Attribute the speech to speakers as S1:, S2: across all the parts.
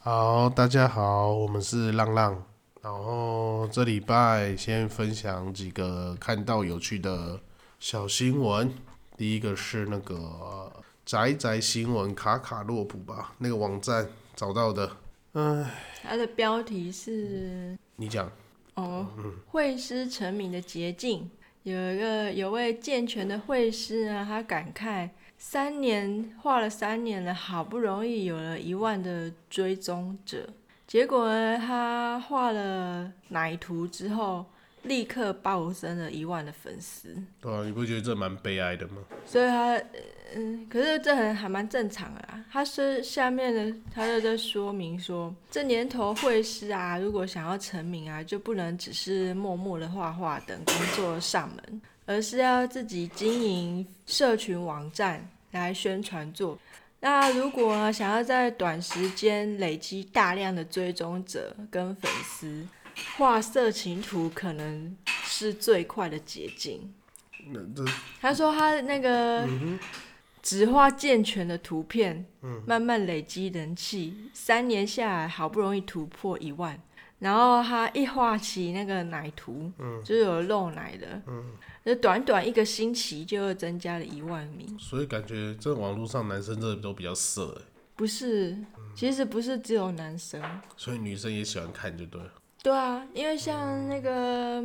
S1: 好，大家好，我们是浪浪。然后这礼拜先分享几个看到有趣的小新闻。第一个是那个呃宅宅新闻卡卡洛普吧，那个网站找到的。
S2: 它的标题是
S1: 你讲，
S2: 哦，会师成名的捷径。有一个有位健全的会师呢，他感慨三年画了三年了，好不容易有了一万的追踪者，结果呢，他画了奶图之后，立刻暴增了一万的粉丝。
S1: 对啊，你不觉得这蛮悲哀的吗？
S2: 所以他，嗯，可是这很还蛮正常的啦。他是下面的，他就在说明说，这年头会师啊，如果想要成名啊，就不能只是默默的画画等工作上门，而是要自己经营社群网站来宣传作品。那如果呢想要在短时间累积大量的追踪者跟粉丝，画色情图可能是最快的捷径。
S1: 那这
S2: 他说他那个只画健全的图片，慢慢累积人气，三年下来好不容易突破一万，然后他一画起那个奶图，就是有露奶的，就短短一个星期就增加了一万名。
S1: 所以感觉这网络上男生真的都比较色欸，
S2: 不是，其实不是只有男生，
S1: 所以女生也喜欢看就对了。
S2: 对啊，因为像那个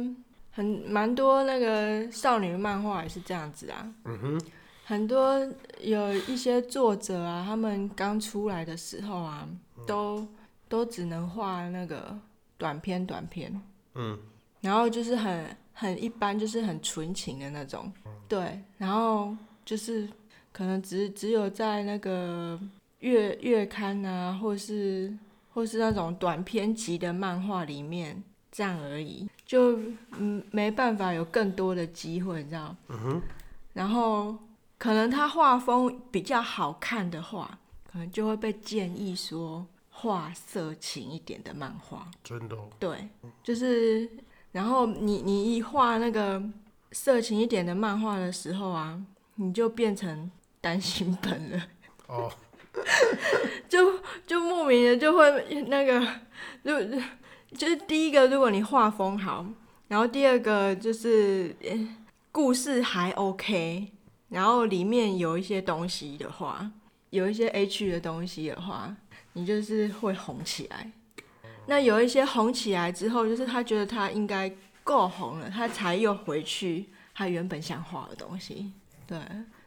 S2: 很蛮多那个少女漫画也是这样子啊。嗯哼。很多有一些作者啊，他们刚出来的时候啊，都都只能画那个短篇短篇。嗯。然后就是很很一般，就是很纯情的那种。对，然后就是可能只只有在那个月月刊啊，或是或是那种短篇集的漫画里面这样而已，就嗯没办法有更多的机会，你知道？嗯哼。然后可能他画风比较好看的话，可能就会被建议说画色情一点的漫画。
S1: 真的哦、
S2: 对，就是，然后你你一画那个色情一点的漫画的时候啊，你就变成单行本了，
S1: 哦，
S2: 就就莫名的就会那个，就就是第一个，如果你画风好，然后第二个就是呃故事还 OK，然后里面有一些东西的话，有一些 H 的东西的话，你就是会红起来。那有一些红起来之后，就是他觉得他应该够红了，他才又回去他原本想画的东西。对，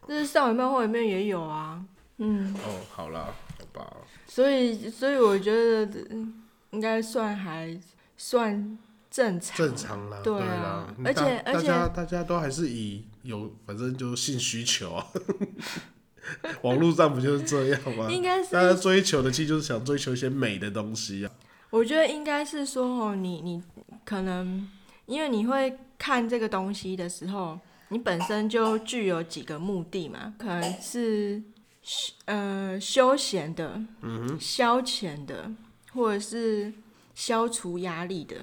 S2: 就是少女漫画里面也有啊，嗯。
S1: 哦，好啦，好吧，
S2: 所以，所以我觉得嗯应该算还算正常。
S1: 正常啦，
S2: 对啊
S1: 啦，
S2: 而且
S1: 大
S2: 而且
S1: 大家大家都还是以有反正就性需求啊， 网络上不就是这样吗？
S2: 应该是
S1: 大家追求的其实就是想追求一些美的东西啊。
S2: 我觉得应该是说哦，你你可能因为你会看这个东西的时候，你本身就具有几个目的嘛，可能是呃休闲的，嗯、消遣的，或者是消除压力的。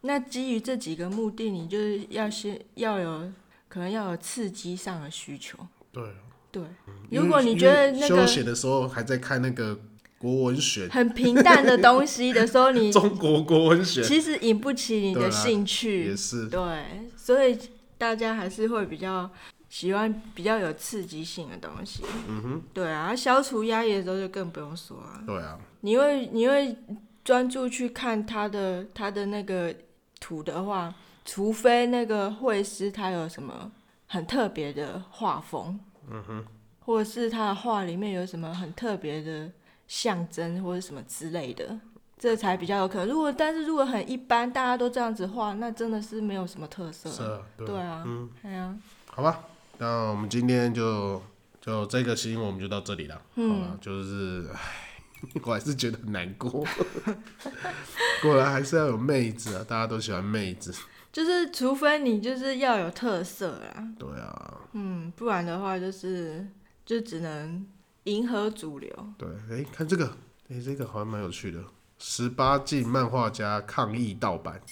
S2: 那基于这几个目的，你就是要先要有可能要有刺激上的需求。
S1: 对啊，
S2: 对，
S1: 因
S2: 如
S1: 为
S2: 果你觉得
S1: 因为
S2: 那
S1: 休
S2: 个
S1: 闲的时候还在看那个国文选，
S2: 很平淡的东西的 时候，你
S1: 中国国文选
S2: 其实引不起你
S1: 对啊
S2: 的兴
S1: 也
S2: 趣。
S1: 是，
S2: 对，所以大家还是会比较喜欢比较有刺激性的东西。嗯哼，对啊，消除压力的时候就更不用说啊，
S1: 对啊，
S2: 你会你会专注去看他的他的那个图的话，除非那个绘师他有什么很特别的画风，嗯哼，或者是他的画里面有什么很特别的象征或者什么之类的，这才比较有可能。如果但是如果很一般，大家都这样子画，那真的是没有什么特色。
S1: 是啊，对啊
S2: 对啊，哎呀、
S1: 好吧，那我们今天就就这个新闻我们就到这里了，好吧，就是，唉， 我还是觉得很难过， 果然还是要有妹子啊，大家都喜欢妹子，
S2: 就是除非你就是要有特色啦，
S1: 对啊，
S2: 嗯，不然的话就是就只能迎合主流。
S1: 对，哎、看这个，哎、这个好像蛮有趣的，十八禁漫画家抗议盗版，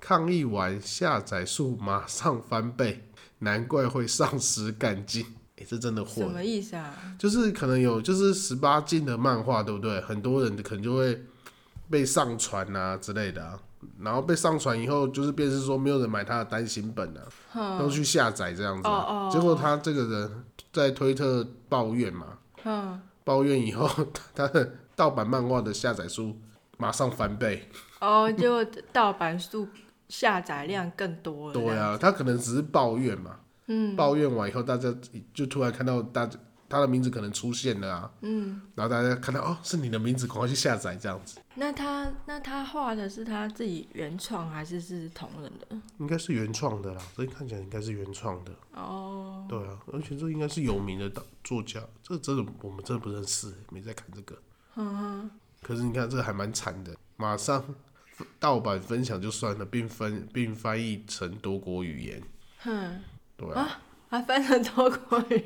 S1: 抗议完下载数马上翻倍，难怪会丧失干劲，哎、这真的火
S2: 什么意思啊？
S1: 就是可能有就是十八禁的漫画，对不对？很多人可能就会被上传啊之类的、啊，然后被上传以后，就是便是说没有人买他的单行本啊，都去下载这样子啊、
S2: 哦哦
S1: 结果他这个人在推特抱怨嘛，
S2: 嗯，
S1: 抱怨以后 他的盗版漫画的下载数马上翻倍。
S2: 哦，结果盗版数下载量更多了。
S1: 对，啊，他可能只是抱怨嘛，
S2: 嗯
S1: 抱怨完以后，大家就突然看到大家他的名字可能出现了啊，
S2: 嗯，
S1: 然后大家看到哦是你的名字，赶快去下载这样子，
S2: 那他那他画的是他自己原创还是是同人的？
S1: 应该是原创的啦，这看起来应该是原创的。
S2: 哦，
S1: 对啊，而且这应该是有名的导作家，这真的我们真的不认识，没在看这个。
S2: 嗯
S1: 可是你看，这还蛮惨的，马上盗版分享就算了，并分并翻译成多国语言。
S2: 哼，
S1: 对啊，
S2: 他翻成多国语。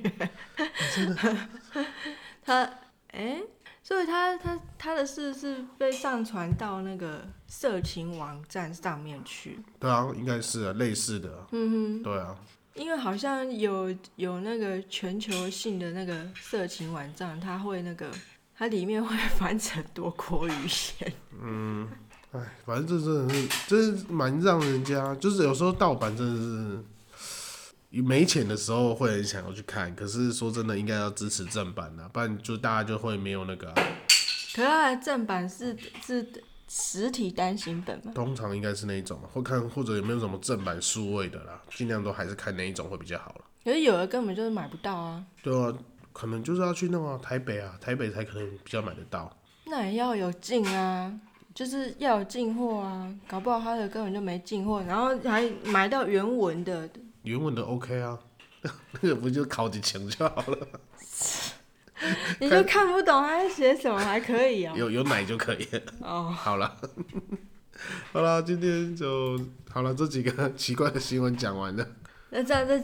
S2: 他哎、所以他他他的事是被上传到那个色情网站上面去。
S1: 对啊，应该是啊，类似的、啊。嗯对啊，
S2: 因为好像有有那个全球性的那个色情网站，它会那个它里面会翻成多国语言。
S1: 哎，反正这真的是，这是蛮让人家，就是有时候盗版真的是没钱的时候会很想要去看，可是说真的，应该要支持正版啊，不然就大家就会没有那个啊、
S2: 可是它的正版是是实体单行本嘛？
S1: 通常应该是那一种，或看或者有没有什么正版数位的啦，尽量都还是看那一种会比较好了。
S2: 可是有的根本就是买不到啊，
S1: 对啊，可能就是要去那个台北啊，台北才可能比较买得到。
S2: 那也要有进啊，就是要有进货啊，搞不好它的根本就没进货，然后还买到原文的，
S1: 原文的 OK 啊， 那个不就考几钱就好了，
S2: 你就看不懂它在写什么，还可以啊。
S1: 有有奶就可以了。
S2: 哦，
S1: 好了， 好了，今天就好了，这几个奇怪的新闻讲完了，
S2: 那这样再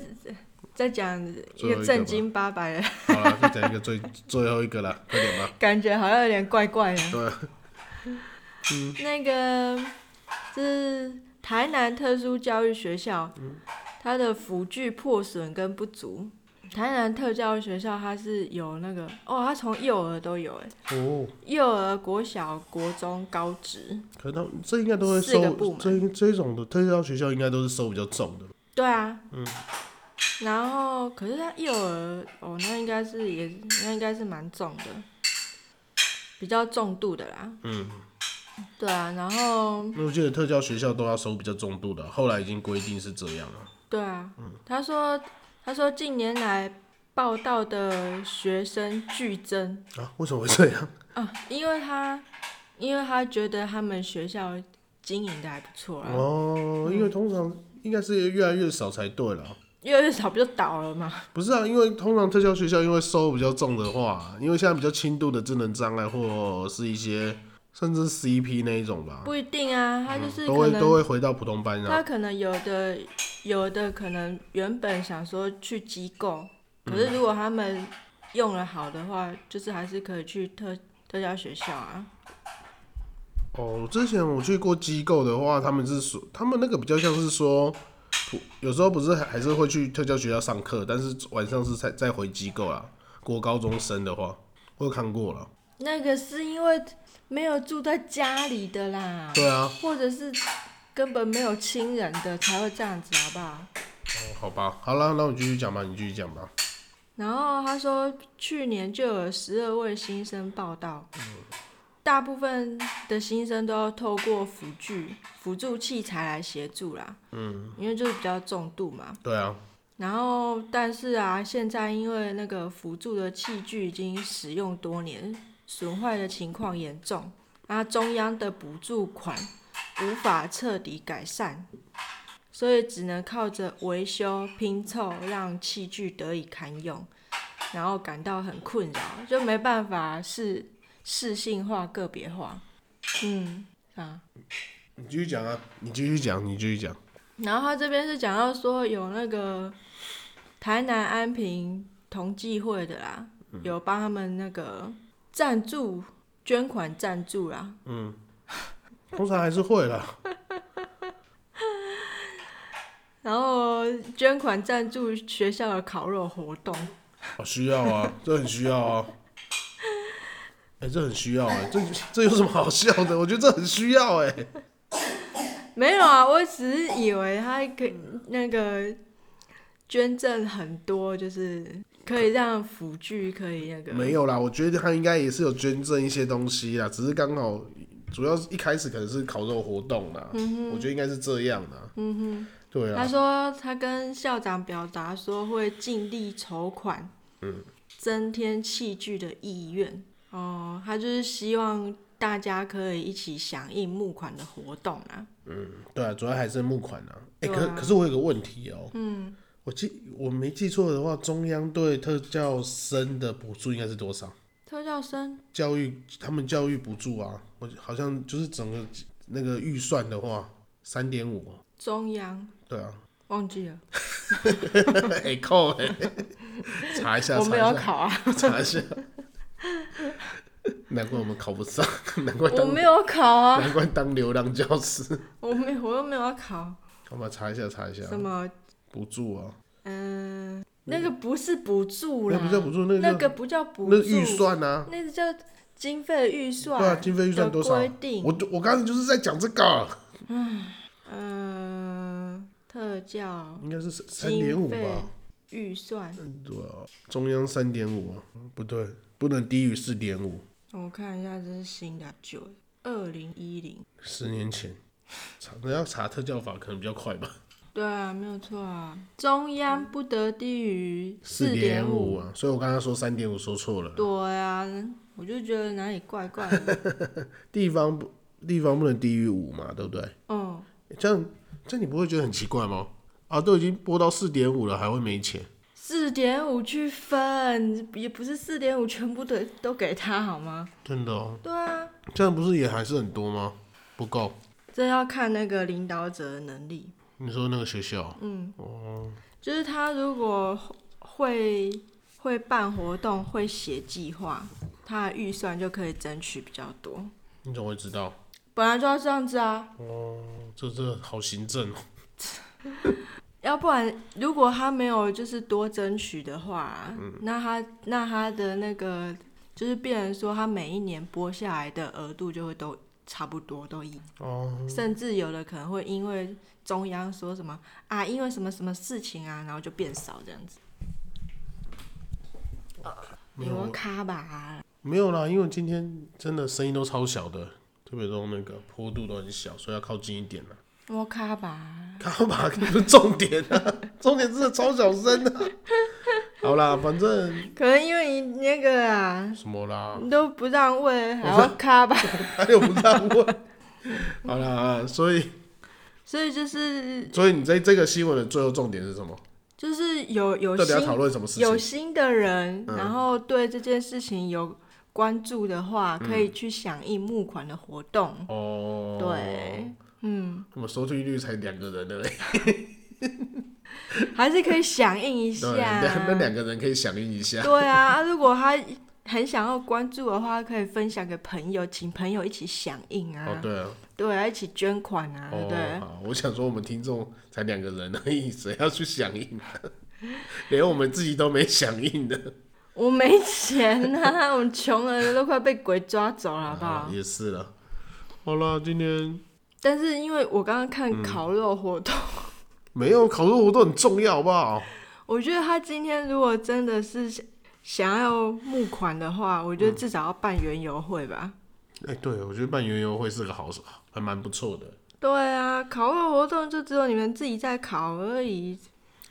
S2: 再讲一
S1: 最后一个吧
S2: 个正经八百的。
S1: 好了，再讲一个最 最后一个了，快点吧。
S2: 感觉好像有点怪怪的。
S1: 对，嗯
S2: 那个是台南特殊教育学校，
S1: 嗯
S2: 它的辅具破损跟不足。台南特教育学校它是有那个哦，它从幼儿都有哎，
S1: 哦，
S2: 幼儿、国小、国中、高职。
S1: 可能这应该都会
S2: 四个
S1: 收
S2: 部门
S1: 这这种的特教学校应该都是收比较重的。
S2: 对啊，嗯。然后可是它幼儿哦，那应该是也那应该是蛮重的，比较重度的啦。
S1: 嗯。
S2: 对啊，然后
S1: 那我记得特教学校都要收比较重度的，后来已经规定是这样了。
S2: 对啊，
S1: 嗯
S2: 他说他说近年来报道的学生剧增
S1: 啊，为什么会这样？
S2: 啊，因为他因为他觉得他们学校经营的还不错啊啦，
S1: 哦，因为通常应该是越来越少才对了。
S2: 越来越少不就倒了嘛？
S1: 不是啊，因为通常特教学校因为收比较重的话，因为现在比较轻度的智能障碍或是一些甚至 CP 那一种吧，
S2: 不一定啊，他就是
S1: 嗯都
S2: 可
S1: 会都
S2: 能、
S1: 会回到普通班啊。
S2: 他可能有的有的可能原本想说去机构，
S1: 嗯
S2: 可是如果他们用了好的话，就是还是可以去特特教学校啊。
S1: 哦，之前我去过机构的话，他们是说，他们那个比较像是说，普有时候不是还还是会去特教学校上课，但是晚上是再再回机构啦。国高中生的话，我有看过了。
S2: 那个是因为没有住在家里的啦。
S1: 对啊，
S2: 或者是根本没有亲人的才会这样子，好不好？
S1: 哦好吧，好啦，那我继续讲吧，你继续讲吧。
S2: 然后他说，去年就有十二位新生报道，大部分的新生都要透过辅具、辅助器材来协助啦，嗯，因为就是比较重度嘛。
S1: 对啊，
S2: 然后，但是啊，现在因为那个辅助的器具已经使用多年，损坏的情况严重，那中央的补助款无法彻底改善，所以只能靠着维修拼凑让器具得以堪用，然后感到很困扰，就没办法是适性化、个别化。嗯啊，
S1: 你继续讲啊，你继续讲，你继续讲。
S2: 然后他这边是讲到说有那个台南安平同济会的啦，有帮他们那个赞助捐款赞助啦，
S1: 通常还是会啦，
S2: 然后捐款赞助学
S1: 哦
S2: 校的烤肉活动，
S1: 好需要啊，这很需要啊。哎、这很需要哎、这这有什么好笑的？我觉得这很需要哎、
S2: 没有啊，我只是以为他可以那个捐赠很多，就是可以让辅具可以那个
S1: 没有啦，我觉得他应该也是有捐赠一些东西啦，只是刚好主要是一开始可能是烤肉活动啦，我觉得应该是这样啦。嗯哼，对
S2: 他
S1: 啊，
S2: 说他跟校长表达说会尽力筹款，
S1: 嗯
S2: 增添器具的意愿。哦，他就是希望大家可以一起响应募款的活动啊。
S1: 对啊，主要还是募款啦。哎、
S2: 对
S1: 可
S2: 啊
S1: 可是我有个问题哦、嗯，我记我没记错的话，中央对特教生的补助应该是多少？
S2: 特教生
S1: 教育他们教育补助啊，我好像就是整个那个预算的话，三点五，
S2: 中央
S1: 对啊，
S2: 忘记了，
S1: 哎扣哎，查一下，
S2: 我
S1: 查
S2: 没
S1: 一
S2: 有
S1: 下。
S2: 考啊，
S1: 查一下。 难怪我们考不上，难怪
S2: 我
S1: 当、
S2: 没有考啊，
S1: 难怪当流浪教师。
S2: 我没我又没有考
S1: 我们查一下，查一下
S2: 什么，
S1: 补助啊，
S2: 嗯、那个不是补助
S1: 那
S2: 啦，
S1: 不叫补助，那个
S2: 那
S1: 叫
S2: 个不叫补助，
S1: 那是预，算啊，
S2: 那个叫经费预
S1: 对
S2: 算，
S1: 啊，经费预算多少？
S2: 规定。
S1: 我我刚才就是在讲这个，啊
S2: 嗯，特教
S1: 应该是三点五
S2: 经费
S1: 吧？
S2: 预算，
S1: 对啊，中央三点五啊，不对，不能低于四点五。
S2: 我看一下这是新的旧的，二零一零。
S1: 十年前查，那要查特教法可能比较快吧？
S2: 对啊，没有错啊，中央不得低于
S1: 四点
S2: 五。
S1: 五啊，所以我刚刚说三点五说错了。
S2: 对啊，我就觉得哪里怪怪的。
S1: 地方不地方不能低于五嘛，对不对？
S2: 嗯，
S1: 这样这样你不会觉得很奇怪吗？啊，都已经播到四点五了，还会没钱？
S2: 四点五去分，也不是四点五全部的都给他好吗？
S1: 真的哦，
S2: 对啊，
S1: 这样不是也还是很多吗？不够。
S2: 这要看那个领导者的能力。
S1: 你说那个学校，
S2: 嗯，就是他如果会会办活动，会写计划，他的预算就可以争取比较多。
S1: 你怎么会知道？
S2: 本来就要这样子啊，
S1: 这这好行政哦。
S2: 要不然如果他没有就是多争取的话，啊那他那他的那个就是变成说他每一年拨下来的额度就会都差不多都一
S1: 哦，
S2: 甚至有的可能会因为中央说什么啊，因为什么什么事情啊，然后就变少这样子。
S1: 没
S2: 有啊
S1: 有
S2: 卡吧？
S1: 没有啦，因为今天真的声音都超小的，特别都那个坡度都很小，所以要靠近一点啦。
S2: 我卡吧？
S1: 卡吧，不是重点啊， 重点真的超小声的、啊。好啦，反正
S2: 可能因为你那个啊，
S1: 什么啦，
S2: 你都不让问，还要卡吧？
S1: 他又不让问。好啦，所以
S2: 所以就是
S1: 所以你在这个新闻的最后重点是什么？
S2: 就是有有
S1: 到底要讨
S2: 新
S1: 论什么事
S2: 有
S1: 情？
S2: 新的人，
S1: 嗯
S2: 然后对这件事情有关注的话，可以去响应募款的活动。
S1: 哦，
S2: 对，嗯，
S1: 我收听率才两个人的嘞，
S2: 还是可以响应一下
S1: 对，。两那两个人可以响应一下。
S2: 对啊，啊如果他很想要关注的话，可以分享给朋友，请朋友一起响应啊，
S1: 哦，对啊，
S2: 对啊，一起捐款啊，对不对
S1: 哦，？好，我想说我们听众才两个人而已， 谁要去响应 啊？连我们自己都没响应的，
S2: 我没钱 呐、我们穷人都快被鬼抓走了，好不好？
S1: 啊也是了。好了，今天
S2: 但是因为我刚刚看烤肉活动，
S1: 嗯没有烤肉活动很重要，好不好？
S2: 我觉得他今天如果真的是想想要募款的话，我觉得至少要办园游会吧。
S1: 哎、对，我觉得办园游会是个好，还蛮不错的。
S2: 对啊，烤肉活动就只有你们自己在烤而已，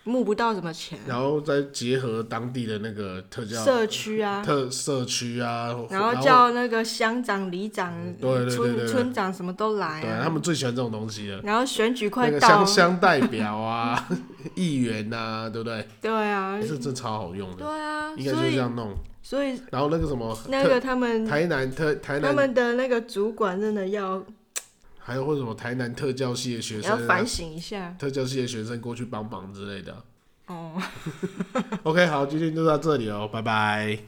S2: 募不到什么钱。
S1: 然后再结合当地的那个特教
S2: 社区啊，
S1: 特社区啊，
S2: 然后叫那个乡长、里长、
S1: 嗯对对对对对
S2: 村村长什么都来
S1: 对他
S2: 啊，
S1: 们最喜欢这种东西了，
S2: 然后选举
S1: 那
S2: 快
S1: 个
S2: 到
S1: 乡
S2: 了，
S1: 乡代表 啊、议员呐，对不对？
S2: 对啊
S1: 哎，这真超好用
S2: 对
S1: 的，
S2: 啊，
S1: 应该就
S2: 所
S1: 是这
S2: 以
S1: 样弄。
S2: 所以
S1: 然后那个什么
S2: 那个他
S1: 特
S2: 们
S1: 台南特台
S2: 他
S1: 南，
S2: 们的那个主管真的要
S1: 还有或者什么台南特教系的学
S2: 要
S1: 生啊
S2: 反，省一下
S1: 特教系的学生过去帮忙之类的。啊
S2: 哦。
S1: OK，好，今天就到这里哦，拜拜。